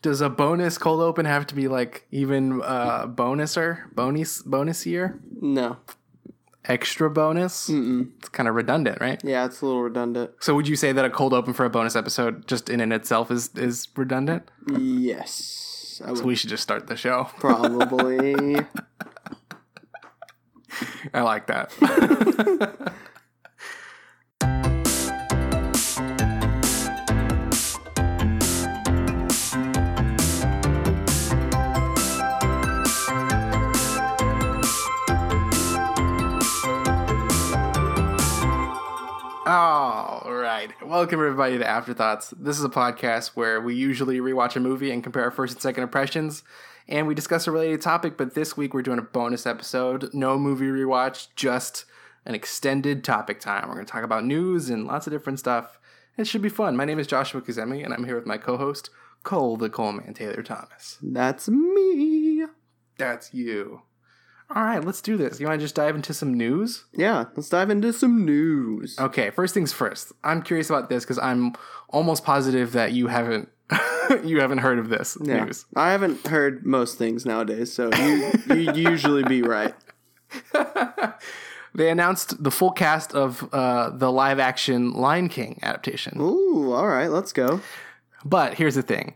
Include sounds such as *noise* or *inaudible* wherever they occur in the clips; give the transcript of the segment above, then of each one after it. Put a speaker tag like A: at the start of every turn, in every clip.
A: Does a bonus cold open have to be like even uh bonuser, bonus bonus year,
B: No.
A: extra bonus?
B: Mm-mm.
A: It's kind of redundant, right?
B: Yeah, it's a little redundant.
A: So would you say that a cold open for a bonus episode just in and itself is is redundant?
B: Yes. I
A: So
B: would
A: we should just start the show. *laughs*
B: probably.
A: I like that. *laughs* All right. Welcome, everybody, to Afterthoughts. This is a podcast where we usually rewatch a movie and compare our first and second impressions, and we discuss a related topic. But this week, we're doing a bonus episode. No movie rewatch, just an extended topic time. We're going to talk about news and lots of different stuff. It should be fun. My name is Joshua Kazemi, and I'm here with my co host, Cole the Coleman Taylor Thomas.
B: *laughs* That's me.
A: That's you. All right, let's do this. You want to just dive into some news?
B: Yeah, let's dive into some news.
A: Okay, first things first. I'm curious about this because I'm almost positive that you haven't *laughs* you haven't heard of this
B: Yeah.
A: news.
B: I haven't heard most things nowadays, so you *laughs* you usually be right.
A: They announced the full cast of uh, the live action Lion King adaptation.
B: Ooh, all right, let's go.
A: But here's the thing.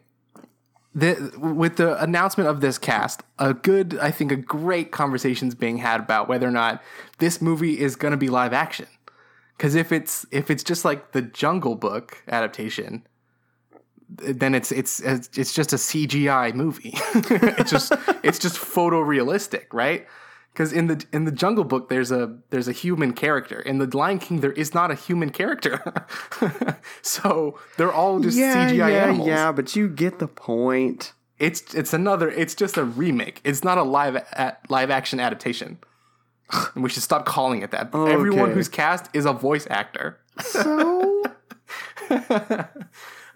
A: The, with the announcement of this cast, a good, I think, a great conversation's being had about whether or not this movie is going to be live action. Because if it's if it's just like the Jungle Book adaptation, then it's it's it's just a CGI movie. *laughs* it's just it's just photorealistic, right? Because in the in the Jungle Book, there's a there's a human character. In the Lion King, there is not a human character. *laughs* so they're all just CGI animals
B: yeah, but you get the point.
A: it's it's another it's just a remake it's not a live a, live action adaptation and we should stop calling it that everyone
B: Okay.
A: who's cast is a voice actor
B: So
A: i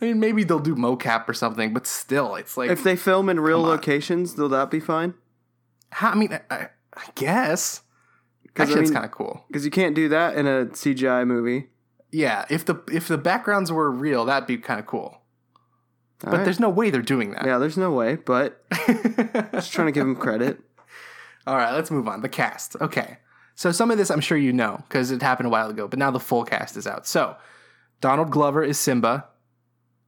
A: mean maybe they'll do mocap or something but still it's like
B: *laughs* if they film in real locations, will that be fine?
A: how, i mean i, I I guess actually
B: I
A: it's
B: mean-
A: kind of cool
B: Because you can't do that in a CGI movie.
A: yeah if the if the backgrounds were real that'd be kind of cool
B: All
A: but
B: right.
A: there's no way they're doing that
B: yeah, there's no way. But
A: *laughs*
B: just trying to give him credit. *laughs*
A: All right, let's move on. The cast. Okay. So some of this I'm sure you know because it happened a while ago, but now the full cast is out. So Donald Glover is Simba,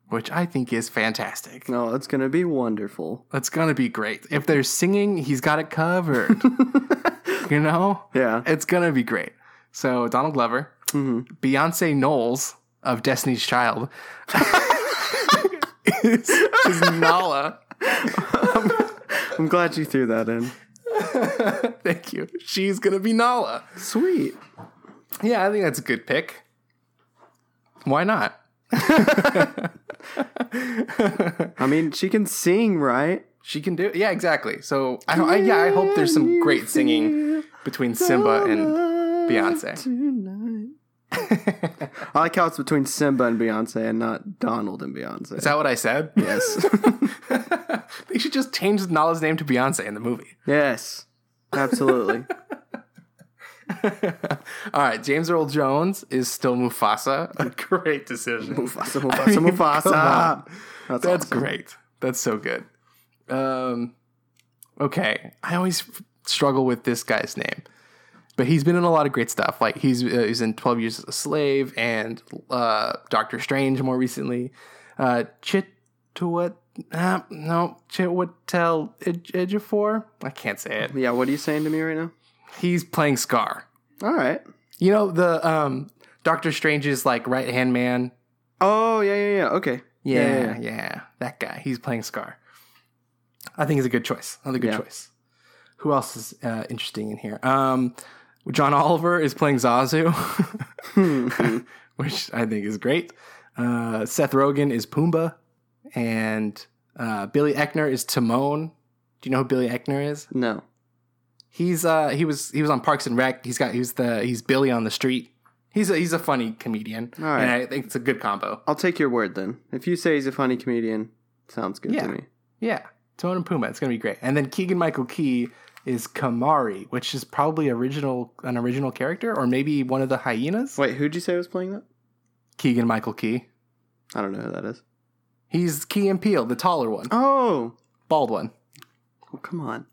A: which I think is fantastic.
B: No, Oh, it's gonna be wonderful.
A: That's gonna be great. If they're singing, he's got it covered. you know?
B: Yeah.
A: It's gonna be great. So Donald Glover,
B: Mhm.
A: Beyonce Knowles of Destiny's Child is, is Nala. *laughs*
B: I'm glad you threw that in.
A: Thank you. She's gonna be Nala.
B: Sweet.
A: Yeah, I think that's a good pick. Why not?
B: I mean, she can sing, right?
A: She can do. Yeah, exactly. So I, I Uh, yeah, I hope there's some great singing between Simba and Beyonce.
B: Tonight. *laughs* I like how it's between Simba and Beyonce and not Donald and Beyonce.
A: is that what I said? *laughs*
B: yes.
A: they should just change Nala's name to Beyonce in the movie.
B: *laughs*
A: *laughs*
B: yes. Absolutely.
A: All right, James Earl Jones is still Mufasa. A *laughs* great
B: *laughs*
A: decision.
B: Mufasa,
A: I
B: Mufasa,
A: mean, come
B: Mufasa.
A: on.
B: That's,
A: That's
B: awesome.
A: great. That's so good. Um, okay, I always f- struggle with this guy's name, but he's been in a lot of great stuff. Like he's uh, he's in Twelve Years a Slave and uh, Doctor Strange more recently. Uh, Chitwat, uh, no Chitwatel Ej- Ejiofor. I can't say it.
B: Yeah, what are you saying to me right now?
A: He's playing Scar.
B: All right.
A: You know the um, Doctor Strange's like right hand man.
B: Oh, yeah, yeah, yeah.
A: *laughs*
B: Okay.
A: Yeah, yeah, That guy. He's playing Scar. I think he's a good choice. Another good
B: Yeah.
A: choice. Who else is uh, interesting in here? Um, John Oliver is playing Zazu, *laughs*
B: Hmm.
A: which I think is great. Uh, Seth Rogen is Pumbaa, and uh, Billy Eckner is Timon. Do you know who Billy Eckner is?
B: no.
A: He's uh, he was he was on Parks and Rec. He's got he's the he's Billy on the street. He's a, he's a funny comedian,
B: All right.
A: and I think it's a good combo.
B: I'll take your word then. If you say he's a funny comedian, sounds good
A: Yeah.
B: to me.
A: Yeah, Timon and Pumbaa. It's gonna be great. And then Keegan Michael Key is Kamari, which is probably original an original character, or maybe one of the hyenas.
B: Wait, who'd you say was playing that?
A: Keegan Michael Key.
B: I don't know who that is.
A: He's Key and Peele, the taller one,
B: Oh,
A: bald one. *laughs*
B: well, come on.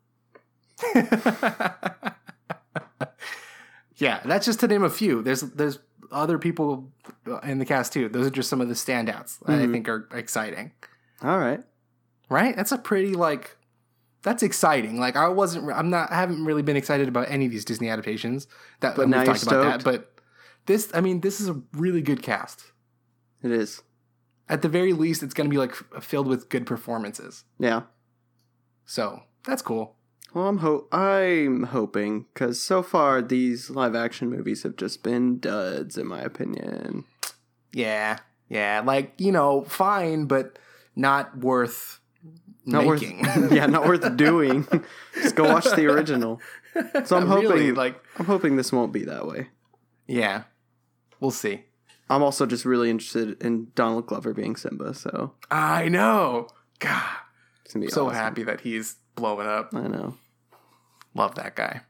A: Yeah, that's just to name a few. There's there's other people uh, in the cast too. Those are just some of the standouts that I think are exciting.
B: All right.
A: Right? That's a pretty like that's exciting. Like I wasn't I'm not I haven't really been excited about any of these Disney adaptations. That
B: But
A: we've
B: now you're
A: talked about that, but this I mean this is a really good cast.
B: It is.
A: At the very least it's going to be like f- filled with good performances.
B: Yeah.
A: So, that's cool.
B: Well, I'm ho- I'm hoping because so far these live action movies have just been duds, in my opinion.
A: Yeah. Yeah, like, you know, fine, but not worth *laughs*
B: Not
A: making.
B: worth. *laughs* yeah, not worth
A: *laughs*
B: doing. just go watch the original. So I'm hoping,
A: Really, like
B: I'm hoping this won't be that way.
A: Yeah. We'll see.
B: I'm also just really interested in Donald Glover being Simba, so
A: I know. God.
B: it's gonna be
A: So
B: awesome.
A: happy that he's blowing up.
B: I know.
A: Love that guy.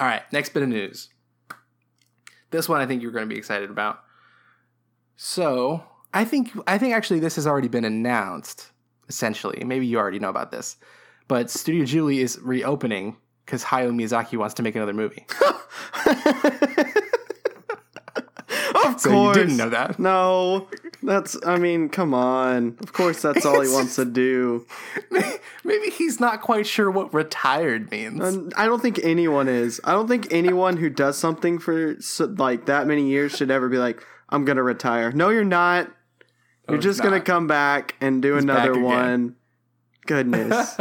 A: All right, next bit of news. This one I think you're going to be excited about. So, I think I think actually this has already been announced essentially. Maybe you already know about this. But Studio Ghibli is reopening cuz Hayao Miyazaki wants to make another *laughs* movie.
B: of
A: So you
B: course.
A: didn't know that.
B: No, that's. I mean, come on. Of course, that's all he wants to do.
A: *laughs* Maybe he's not quite sure what retired means.
B: Um, I don't think anyone is. I don't think anyone who does something for so- like that many years should ever be like, "I'm gonna retire." No, you're not. You're
A: he's
B: just gonna
A: not.
B: come back and do
A: back
B: another
A: again.
B: one. Goodness.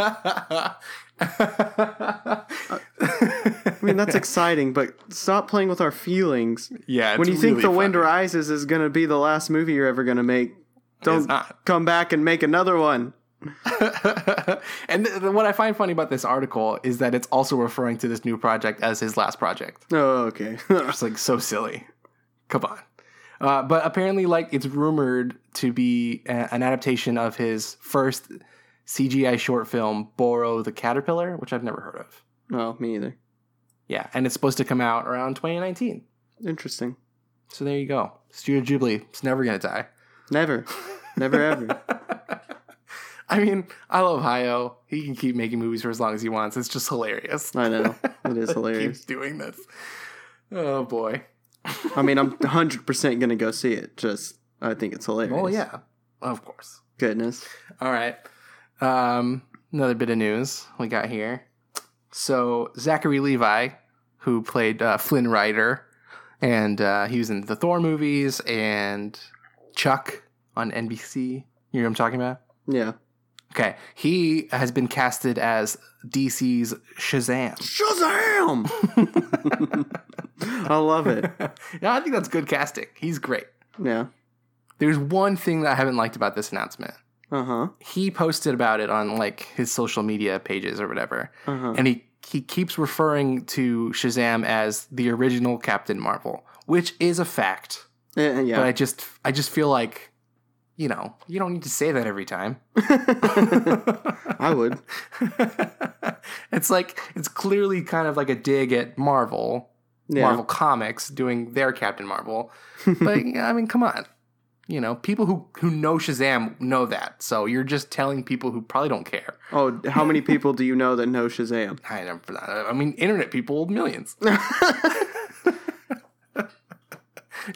B: I mean, that's exciting, but stop playing with our feelings.
A: *laughs* yeah. it's
B: when you think
A: really
B: The Wind
A: funny.
B: Rises is going to be the last movie you're ever going to make, don't
A: not.
B: come back and make another one.
A: *laughs* and th- th- what I find funny about this article is that it's also referring to this new project as his last project.
B: Oh, okay. *laughs*
A: It's like so silly. Come on. Uh, but apparently, like it's rumored to be a- an adaptation of his first CGI short film, Borrow the Caterpillar, which I've never heard of.
B: no, me either.
A: Yeah, and it's supposed to come out around 2019.
B: Interesting.
A: So there you go. Studio Ghibli, it's never gonna die. *laughs*
B: Never. Never ever.
A: I mean, I love Hayao. He can keep making movies for as long as he wants. It's just hilarious.
B: I know. It is hilarious.
A: Keeps doing this. Oh boy.
B: I mean, I'm 100% going to go see it. Just, I think it's hilarious.
A: Oh yeah. Of course.
B: Goodness.
A: All right. Um, another bit of news we got here. So Zachary Levi, who played uh, Flynn Rider, and uh, he was in the Thor movies and Chuck on NBC. You know what I'm talking about?
B: Yeah.
A: Okay, he has been casted as DC's Shazam. *laughs*
B: Shazam! *laughs* I love it.
A: yeah, I think that's good casting. He's great.
B: Yeah.
A: There's one thing that I haven't liked about this announcement.
B: Uh huh.
A: He posted about it on like his social media pages or whatever,
B: Uh huh.
A: and he he keeps referring to Shazam as the original Captain Marvel, which is a fact.
B: Eh, Yeah.
A: But I just I just feel like, you know, you don't need to say that every
B: *laughs*
A: time. *laughs*
B: I would.
A: it's like it's clearly kind of like a dig at Marvel,
B: Yeah.
A: Marvel Comics doing their Captain Marvel.
B: *laughs*
A: But I mean, come on. You know, people who who know Shazam know that. So you're just telling people who probably don't care.
B: Oh, how many people do you know that know Shazam? *laughs*
A: I don't- I mean, internet people, *laughs* millions. yeah,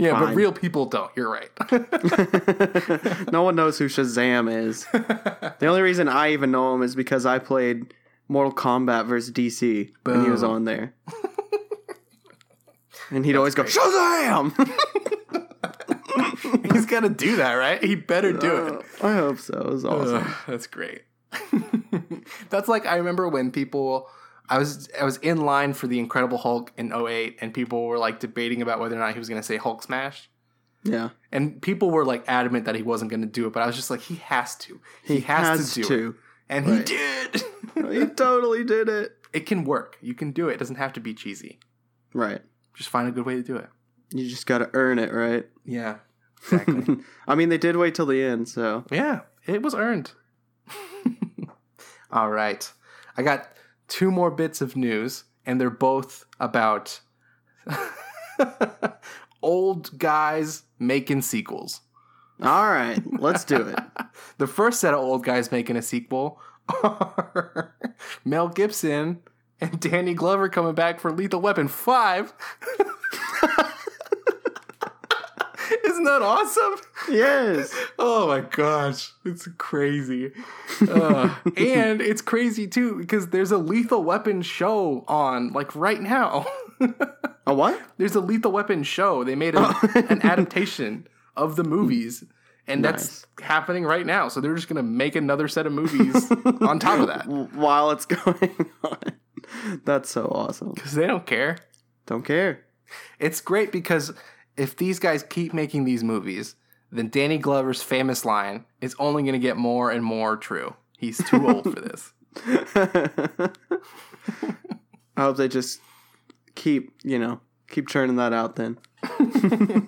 A: but
B: Fine.
A: real people don't. You're right. *laughs*
B: no one knows who Shazam is.
A: *laughs*
B: The only reason I even know him is because I played Mortal Kombat versus DC and he was
A: Boom. *laughs*
B: on there. and he'd always go, Shazam!
A: He's got to do that, right? He better do it.
B: Oh, I hope so. It was
A: Uh,
B: awesome.
A: Ugh, that's great. *laughs* that's like I remember when people I was I was in line for the Incredible Hulk in 08 and people were like debating about whether or not he was going to say Hulk smash
B: yeah.
A: and people were like adamant that he wasn't going to do it but I was just like he has to. He, has, to do it. And he
B: Right.
A: did. *laughs*
B: *laughs* he totally did it.
A: it can work. You can do it. It doesn't have to be cheesy.
B: Right.
A: Just find a good way to do it.
B: You just got to earn it, right? *laughs*
A: Yeah. *laughs* Exactly.
B: I mean, they did wait till the end, so.
A: Yeah, it was earned. *laughs* All right. I got two more bits of news, and they're both about *laughs* old guys making sequels.
B: All right, let's do
A: *laughs*
B: it.
A: The first set of old guys making a sequel are *laughs* Mel Gibson and Danny Glover coming back for Lethal Weapon 5. *laughs* Isn't that awesome?
B: Yes.
A: Oh my gosh, it's crazy. Uh, and it's crazy too because there's a Lethal Weapon show on like right now. *laughs*
B: A what?
A: there's a Lethal Weapon show. They made a, an adaptation of the movies, and that's happening right now. So they're just gonna make another set of movies on top of that
B: W- While it's *laughs* going on. That's so awesome.
A: because they don't care.
B: Don't care. *laughs*
A: It's great because if these guys keep making these movies, then Danny Glover's famous line is only gonna get more and more true. He's too old for this.
B: I hope they just keep, you know, keep churning that out then.
A: *laughs*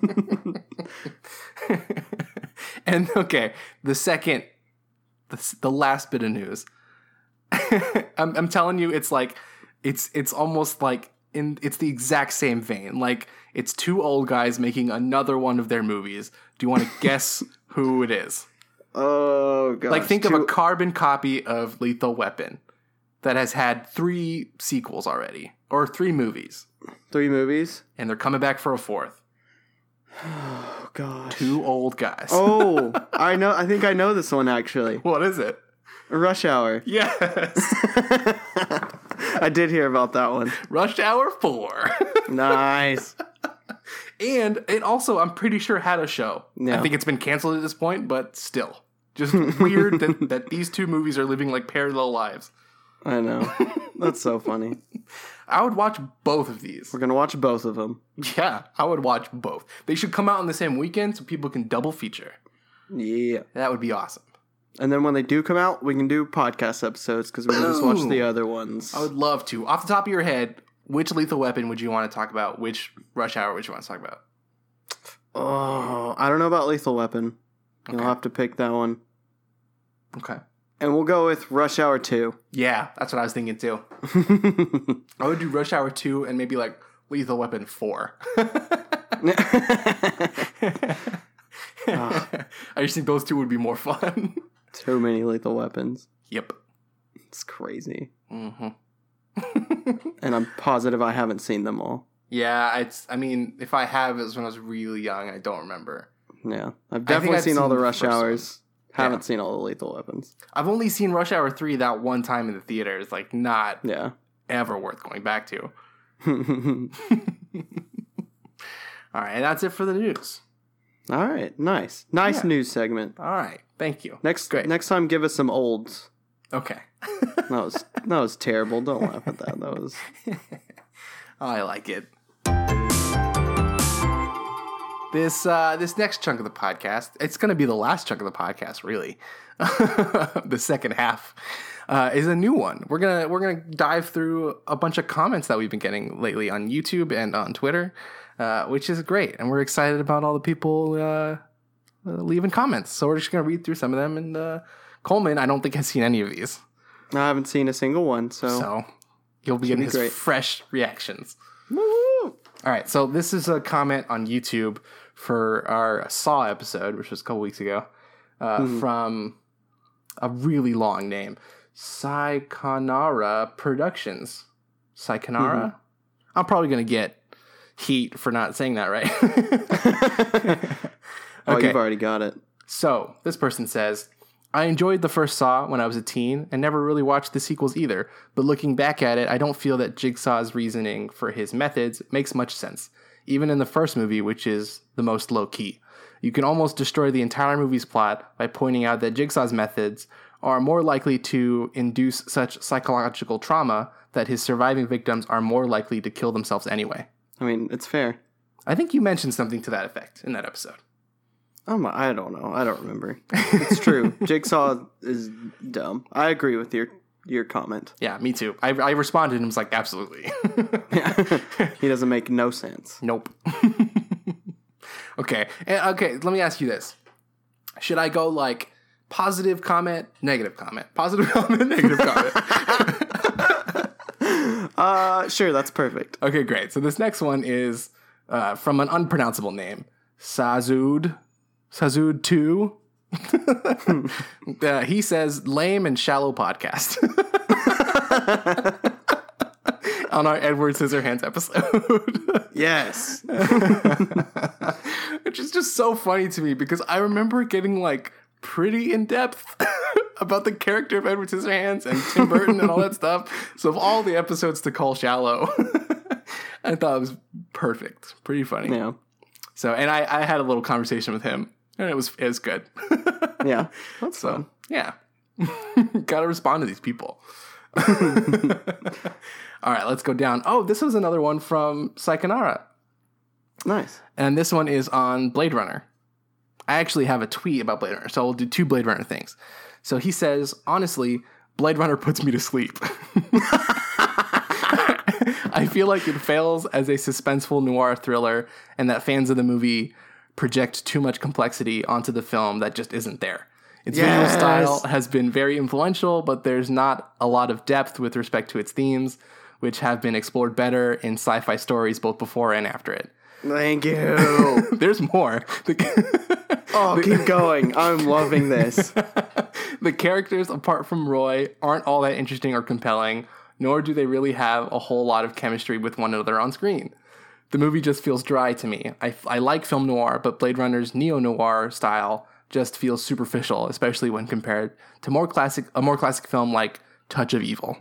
A: and okay, the second, the, s- the last bit of news. *laughs* I'm, I'm telling you, it's like, it's it's almost like in it's the exact same vein. Like it's two old guys making another one of their movies. Do you want to guess who it is?
B: Oh god.
A: Like think of a carbon copy of Lethal Weapon that has had three sequels already or three movies,
B: three movies.
A: and they're coming back for a fourth.
B: Oh god.
A: Two old guys.
B: *laughs* Oh, I know I think I know this one actually.
A: *laughs* What is it? *laughs*
B: Rush Hour. *laughs*
A: Yes.
B: I did hear about that one.
A: Rush Hour *laughs* 4.
B: Nice.
A: and it also, I'm pretty sure, had a show. I
B: Yeah.
A: think it's been canceled at this point, but still. Just weird that, that these two movies are living like parallel lives.
B: I know. That's so funny.
A: I would watch both of these.
B: We're going to watch both of them.
A: Yeah, I would watch both. They should come out on the same weekend so people can double feature.
B: Yeah.
A: That would be awesome.
B: And then when they do come out, we can do podcast episodes cuz we can just watch
A: Boom.
B: the other ones.
A: Oh. I would love to. Off the top of your head, which Lethal Weapon would you want to talk about? Which Rush Hour would you want to talk about?
B: Oh, I don't know about Lethal Weapon.
A: Okay.
B: You'll have to pick that one.
A: Okay.
B: And we'll go with Rush
A: *laughs*
B: Hour 2.
A: Yeah, that's what I was thinking too. I would do Rush Hour 2 and maybe like Lethal Weapon *laughs* 4. *laughs* I just think those two would be more fun.
B: *laughs*
A: *laughs*
B: Too many lethal weapons.
A: yep.
B: It's crazy.
A: hmm
B: And I'm positive I haven't seen them all.
A: Mm-hmm. *laughs* Yeah, it's. I mean, if I have, it was when I was really young. I don't remember.
B: Yeah. I've
A: think
B: definitely
A: I've
B: seen all
A: seen
B: the
A: the
B: rush
A: first
B: hours.
A: Yeah.
B: Haven't seen all the lethal weapons.
A: I've only seen Rush Hour three that one time in the theater. It's like not
B: Yeah. *laughs*
A: ever worth going back to. All right, and that's it for the news.
B: all right. Nice. Nice
A: Yeah.
B: news segment.
A: All right, thank you.
B: Next
A: Great.
B: next time give us some olds.
A: Okay,
B: That was that was terrible. Don't laugh at that. That was
A: Oh, I like it. This uh, this next chunk of the podcast, it's going to be the last chunk of the podcast, really. *laughs* the second half uh, is a new one. We're gonna we're gonna dive through a bunch of comments that we've been getting lately on YouTube and on Twitter, uh, which is great, and we're excited about all the people uh, uh, leaving comments. So we're just gonna read through some of them. And uh, Coleman, I don't think has seen any of these,
B: I haven't seen a single one, *laughs* so,
A: so you'll be getting
B: be
A: his
B: great.
A: fresh reactions.
B: Woo!
A: All right, so this is a comment on YouTube for our Saw episode, which was a couple weeks ago, uh, from a really long name, Psychonara Productions. Psychonara. I'm probably gonna get heat for not saying that right.
B: Oh,
A: Okay.
B: you've already got it.
A: So, this person says, I enjoyed the first Saw when I was a teen and never really watched the sequels either, but looking back at it, I don't feel that Jigsaw's reasoning for his methods makes much sense, even in the first movie, which is the most low key. You can almost destroy the entire movie's plot by pointing out that Jigsaw's methods are more likely to induce such psychological trauma that his surviving victims are more likely to kill themselves anyway.
B: I mean, it's fair.
A: I think you mentioned something to that effect in that episode.
B: Oh my, I don't know. I don't
A: *laughs*
B: remember. It's true. Jigsaw is dumb. I agree with your your comment. *laughs*
A: Yeah, me too. I, I responded and was like, absolutely. *laughs*
B: he doesn't make no sense.
A: Nope. *laughs* okay. And, okay. Let me ask you this: Should I go like positive comment, negative comment, positive *laughs* comment, negative comment?
B: Uh, sure, that's perfect.
A: Okay, great. So this next one is uh, from an unpronounceable name, Sazud Sazud 2. uh, he says, lame and shallow podcast. *laughs* On our Edward Scissorhands episode. *laughs*
B: Yes.
A: Which is just so funny to me because I remember getting like pretty in depth *laughs* about the character of Edward Scissorhands and Tim Burton and all that stuff. So of all the episodes to call shallow, *laughs* I thought it was perfect, pretty funny.
B: Yeah.
A: So and I, I had a little conversation with him and it was it was good. *laughs*
B: Yeah. That's
A: so yeah, *laughs* gotta respond to these people. *laughs* all right, let's go down. Oh, this was another one from Psychonara.
B: nice.
A: And this one is on Blade Runner. I actually have a tweet about Blade Runner, so we'll do two Blade Runner things. So he says, honestly, Blade Runner puts me to sleep. *laughs* I feel like it fails as a suspenseful noir thriller, and that fans of the movie project too much complexity onto the film that just isn't there. Its visual
B: Yes.
A: style has been very influential, but there's not a lot of depth with respect to its themes, which have been explored better in sci fi stories both before and after it.
B: Thank you.
A: *laughs* There's more. The,
B: *laughs*
A: *laughs*
B: Oh, keep going. I'm loving this.
A: the characters, apart from Roy, aren't all that interesting or compelling, nor do they really have a whole lot of chemistry with one another on screen. The movie just feels dry to me. I, I like film noir, but Blade Runner's neo noir style just feels superficial, especially when compared to more classic a more classic film like Touch of Evil.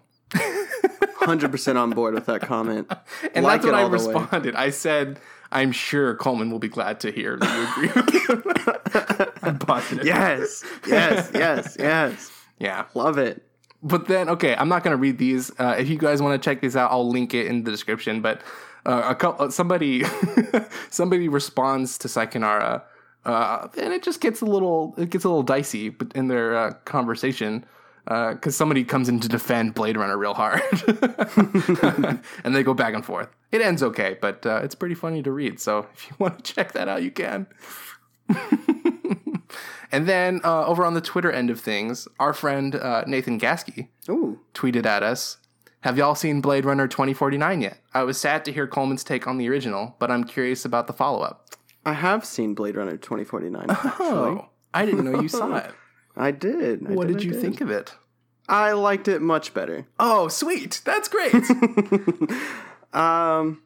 B: 100% on board with that comment.
A: *laughs* And
B: Like
A: that's what
B: it
A: I
B: all the way.
A: responded. I said, "I'm sure Coleman will be glad to hear that you agree." with him." *laughs* I'm positive.
B: Yes. Yes. Yes. Yes.
A: yeah.
B: Love it.
A: but then okay i'm not going to read these uh, if you guys want to check these out i'll link it in the description but uh, a couple, somebody *laughs* somebody responds to Saikinara, uh, and it just gets a little it gets a little dicey but in their uh, conversation because somebody comes in to defend blade runner real hard *laughs* and they go back and forth it ends okay but uh, it's pretty funny to read so if you want to check that out you can *laughs* and then uh, over on the twitter end of things our friend uh, nathan gaskey
B: Ooh.
A: tweeted at us Have y'all seen Blade Runner 2049 yet? I was sad to hear Coleman's take on the original, but I'm curious about the follow up.
B: I have seen Blade Runner 2049.
A: Oh.
B: Actually.
A: I didn't know you
B: *laughs*
A: saw it.
B: I did. I
A: What did
B: I
A: you think of it?
B: I liked it much better.
A: Oh, sweet. That's great.
B: *laughs* Um,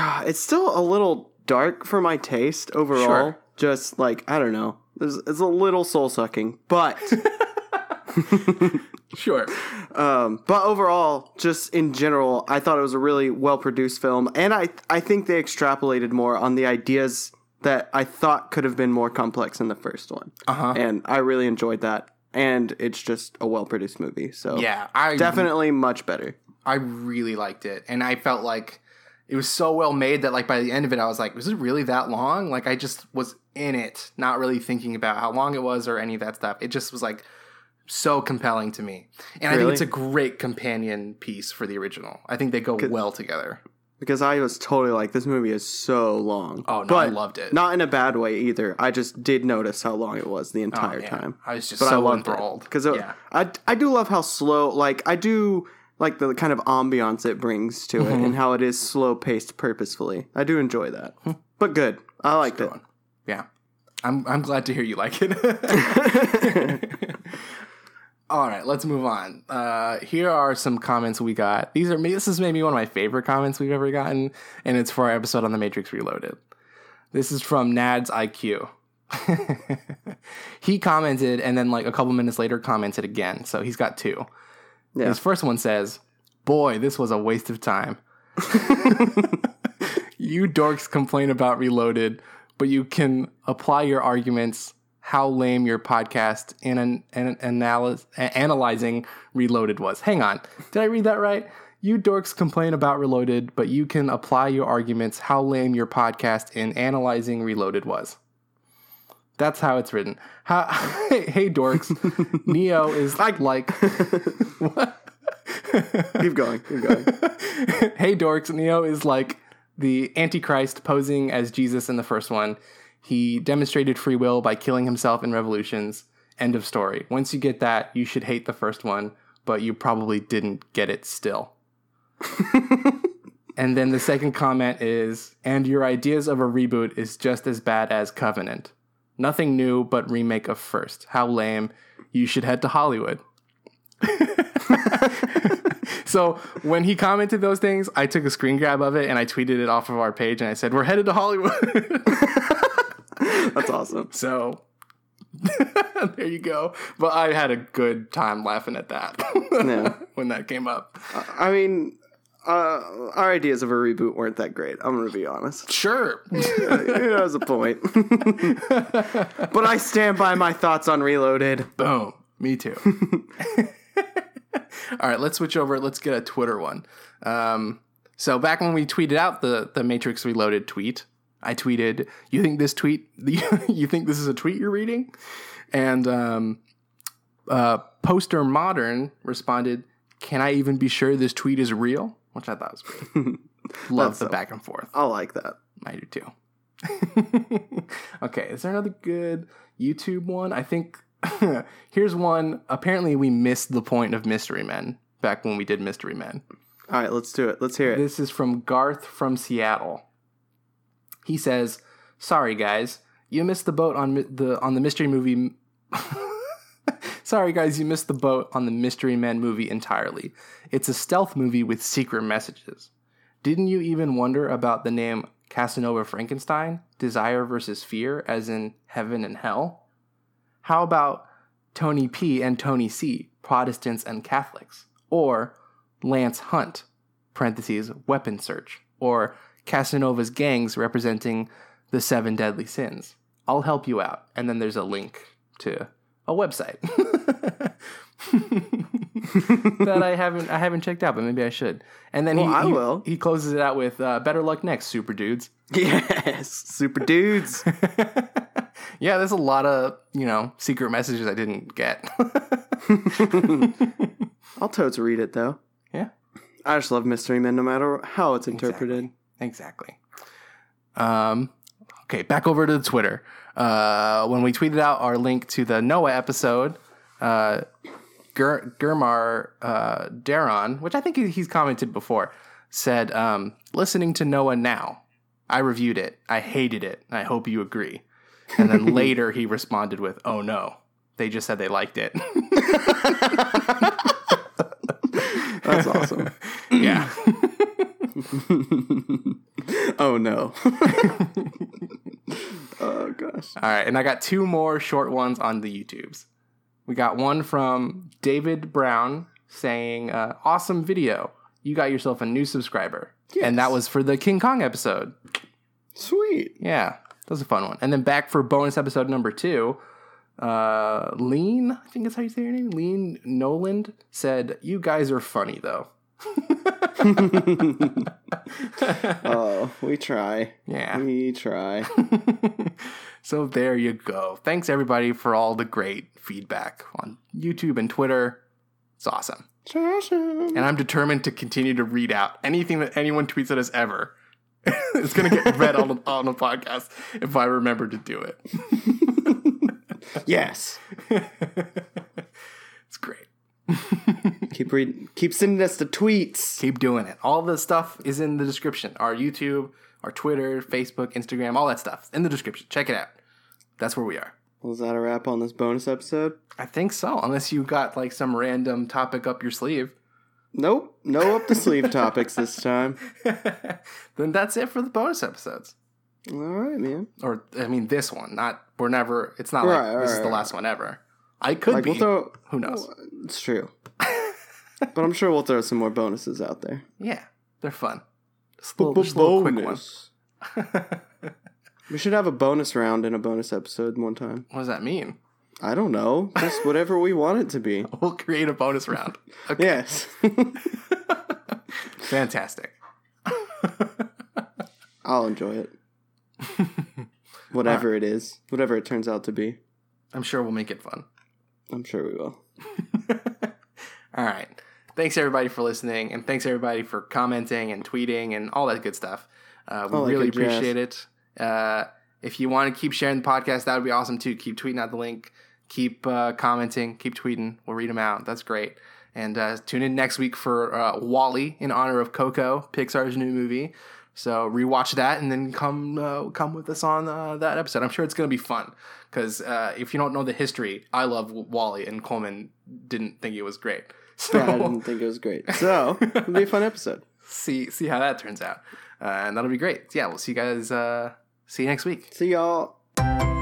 B: ah, it's still a little dark for my taste overall.
A: Sure.
B: Just like I don't know, There's, it's a little soul sucking, but
A: sure.
B: um, but overall, just in general, I thought it was a really well produced film, and I I think they extrapolated more on the ideas that I thought could have been more complex in the first one,
A: Uh-huh.
B: and I really enjoyed that. And it's just a well produced movie, so
A: Yeah, I
B: definitely much better.
A: I really liked it, and I felt like it was so well made that like by the end of it, I was like, "Was it really that long?" Like I just was in it, not really thinking about how long it was or any of that stuff. It just was like so compelling to me, and I think
B: Really?
A: it's a great companion piece for the original. I think they go well together.
B: because I was totally like, this movie is so long.
A: Oh, no, I loved it.
B: Not in a bad way either. I just did notice how long it was the entire
A: Oh, Yeah.
B: time.
A: I was just
B: But I
A: so
B: loved
A: enthralled
B: because
A: yeah,
B: I I do love how slow. Like I do like the kind of ambiance it brings to it and how it is slow paced purposefully. I do enjoy that. but good. I liked it.
A: yeah. I'm I'm glad to hear you like it. All right, let's move on. Uh, here are some comments we got. These are this is maybe one of my favorite comments we've ever gotten, and it's for our episode on the Matrix Reloaded. This is from Nad's IQ. *laughs* he commented, and then like a couple minutes later, commented again. So he's got two.
B: Yeah.
A: His first one says, "Boy, this was a waste of time." you dorks complain about Reloaded, but you can apply your arguments how lame your podcast in an, an analysis, analyzing Reloaded was. Hang on, did I read that right? You dorks complain about Reloaded, but you can apply your arguments how lame your podcast in analyzing Reloaded was. That's how it's written. How, *laughs* hey dorks, Neo is like like *laughs*
B: Keep going. Keep going.
A: *laughs* hey dorks neo is like the antichrist posing as jesus in the first one he demonstrated free will by killing himself in revolutions end of story once you get that you should hate the first one but you probably didn't get it still and then the second comment is and your ideas of a reboot is just as bad as covenant Nothing new but remake of first. How lame. You should head to Hollywood. so when he commented those things, I took a screen grab of it and I tweeted it off of our page and I said, We're headed to Hollywood. *laughs*
B: That's *laughs* awesome.
A: so *laughs* there you go. But I had a good time laughing at that *laughs*
B: Yeah.
A: when that came up.
B: I mean, uh, our ideas of a reboot weren't that great. I'm gonna be honest.
A: Sure.
B: that was a *laughs* point. but I stand by my thoughts on Reloaded.
A: Boom. Me too. *laughs* All right, let's switch over. Let's get a Twitter one. Um, so back when we tweeted out the the Matrix Reloaded tweet, I tweeted, "You think this tweet? *laughs* you think this is a tweet you're reading?" And um, uh, Poster Modern responded, "Can I even be sure this tweet is real?" Which I thought was great. *laughs* Love the back and forth.
B: I like that.
A: I do too. *laughs* okay, is there another good YouTube one? I think *laughs* here's one. Apparently, we missed the point of Mystery Men back when we did Mystery Men.
B: All right, let's do it. Let's hear it.
A: This is from Garth from Seattle. He says, "Sorry guys, you missed the boat on mi- the on the mystery movie. *laughs* Sorry guys, you missed the boat on the Mystery Men movie entirely. It's a stealth movie with secret messages. Didn't you even wonder about the name Casanova Frankenstein, desire versus fear as in heaven and hell? How about Tony P and Tony C, Protestants and Catholics, or Lance Hunt, parentheses, weapon search, or Casanova's gangs representing the seven deadly sins. I'll help you out. And then there's a link to a website *laughs* that I haven't I haven't checked out, but maybe I should. And then he,
B: Well, I
A: he-
B: will.
A: he closes it out with uh, better luck next, super dudes.
B: Yes, super dudes.
A: *laughs* yeah, there's a lot of, you know, secret messages I didn't get. *laughs*
B: I'll totes read it though.
A: Yeah.
B: I just love Mystery Men no matter how it's interpreted.
A: Exactly. Um, okay, back over to Twitter. Uh, when we tweeted out our link to the Noah episode, uh, Ger- Germar uh, Daron, which I think he- he's commented before, said, um, listening to Noah now. I reviewed it. I hated it. I hope you agree. And then later he responded with, oh no. They just said they liked it. *laughs* *laughs*
B: That's awesome.
A: yeah.
B: oh
A: *laughs*
B: no. oh gosh.
A: All right, and I got two more short ones on the YouTubes. We got one from David Brown saying, uh, "Awesome video! You got yourself a new subscriber." And that was for the King Kong episode.
B: Sweet.
A: Yeah, that was a fun one. And then back for bonus episode number two, uh, Lean, I think that's how you say your name, Lean Noland said, "You guys are funny though."
B: Oh, we try.
A: Yeah.
B: We try.
A: So there you go. Thanks everybody for all the great feedback on YouTube and Twitter. It's awesome.
B: Josh.
A: and I'm determined to continue to read out anything that anyone tweets at us ever. *laughs* it's gonna get read on *laughs* on the podcast if I remember to do it.
B: Yes.
A: It's great.
B: Keep reading. Keep sending us the tweets.
A: Keep doing it. All the stuff is in the description. Our YouTube, our Twitter, Facebook, Instagram, all that stuff in the description. Check it out. That's where we are.
B: Was that a wrap on this bonus episode?
A: I think so, unless you got like some random topic up your sleeve. *laughs*
B: Nope. No up the sleeve topics this time.
A: then that's it for the bonus episodes.
B: All right, man.
A: Or I mean this one. Not we're never it's not
B: Right,
A: like this is
B: right,
A: the
B: right.
A: last one ever. I could
B: Like
A: be
B: we'll throw.
A: who knows.
B: It's true. but I'm sure we'll throw some more bonuses out there.
A: Yeah, they're fun. Just a little, just a little quick one. What
B: we should have a bonus round in a bonus episode one time.
A: does that mean? *laughs*
B: I don't know. Just whatever we want it to be.
A: We'll create a bonus
B: *laughs*
A: round. *laughs* Okay,
B: Yes.
A: fantastic.
B: I'll enjoy
A: *laughs*
B: it. Whatever it is. Whatever it turns out to be.
A: I'm sure we'll make it fun.
B: I'm sure
A: *laughs*
B: we will.
A: All right. Thanks everybody for listening, and thanks everybody for commenting and tweeting and all that good stuff. Uh, we
B: All that
A: really
B: good jazz.
A: appreciate it. Uh, if you want to keep sharing the podcast, that would be awesome too. Keep tweeting out the link. Keep uh, commenting. Keep tweeting. We'll read them out. That's great. And uh, tune in next week for uh, Wally in honor of Coco, Pixar's new movie, So rewatch that and then come uh, come with us on uh, that episode. I'm sure it's going to be fun because uh, if you don't know the history, I love Wally and Coleman didn't think it was great. *laughs* So
B: Yeah, I didn't think it was great. So it'll be a fun episode.
A: see see how that turns out, uh, and that'll be great. Yeah, we'll see you guys. Uh, see you next week.
B: See y'all.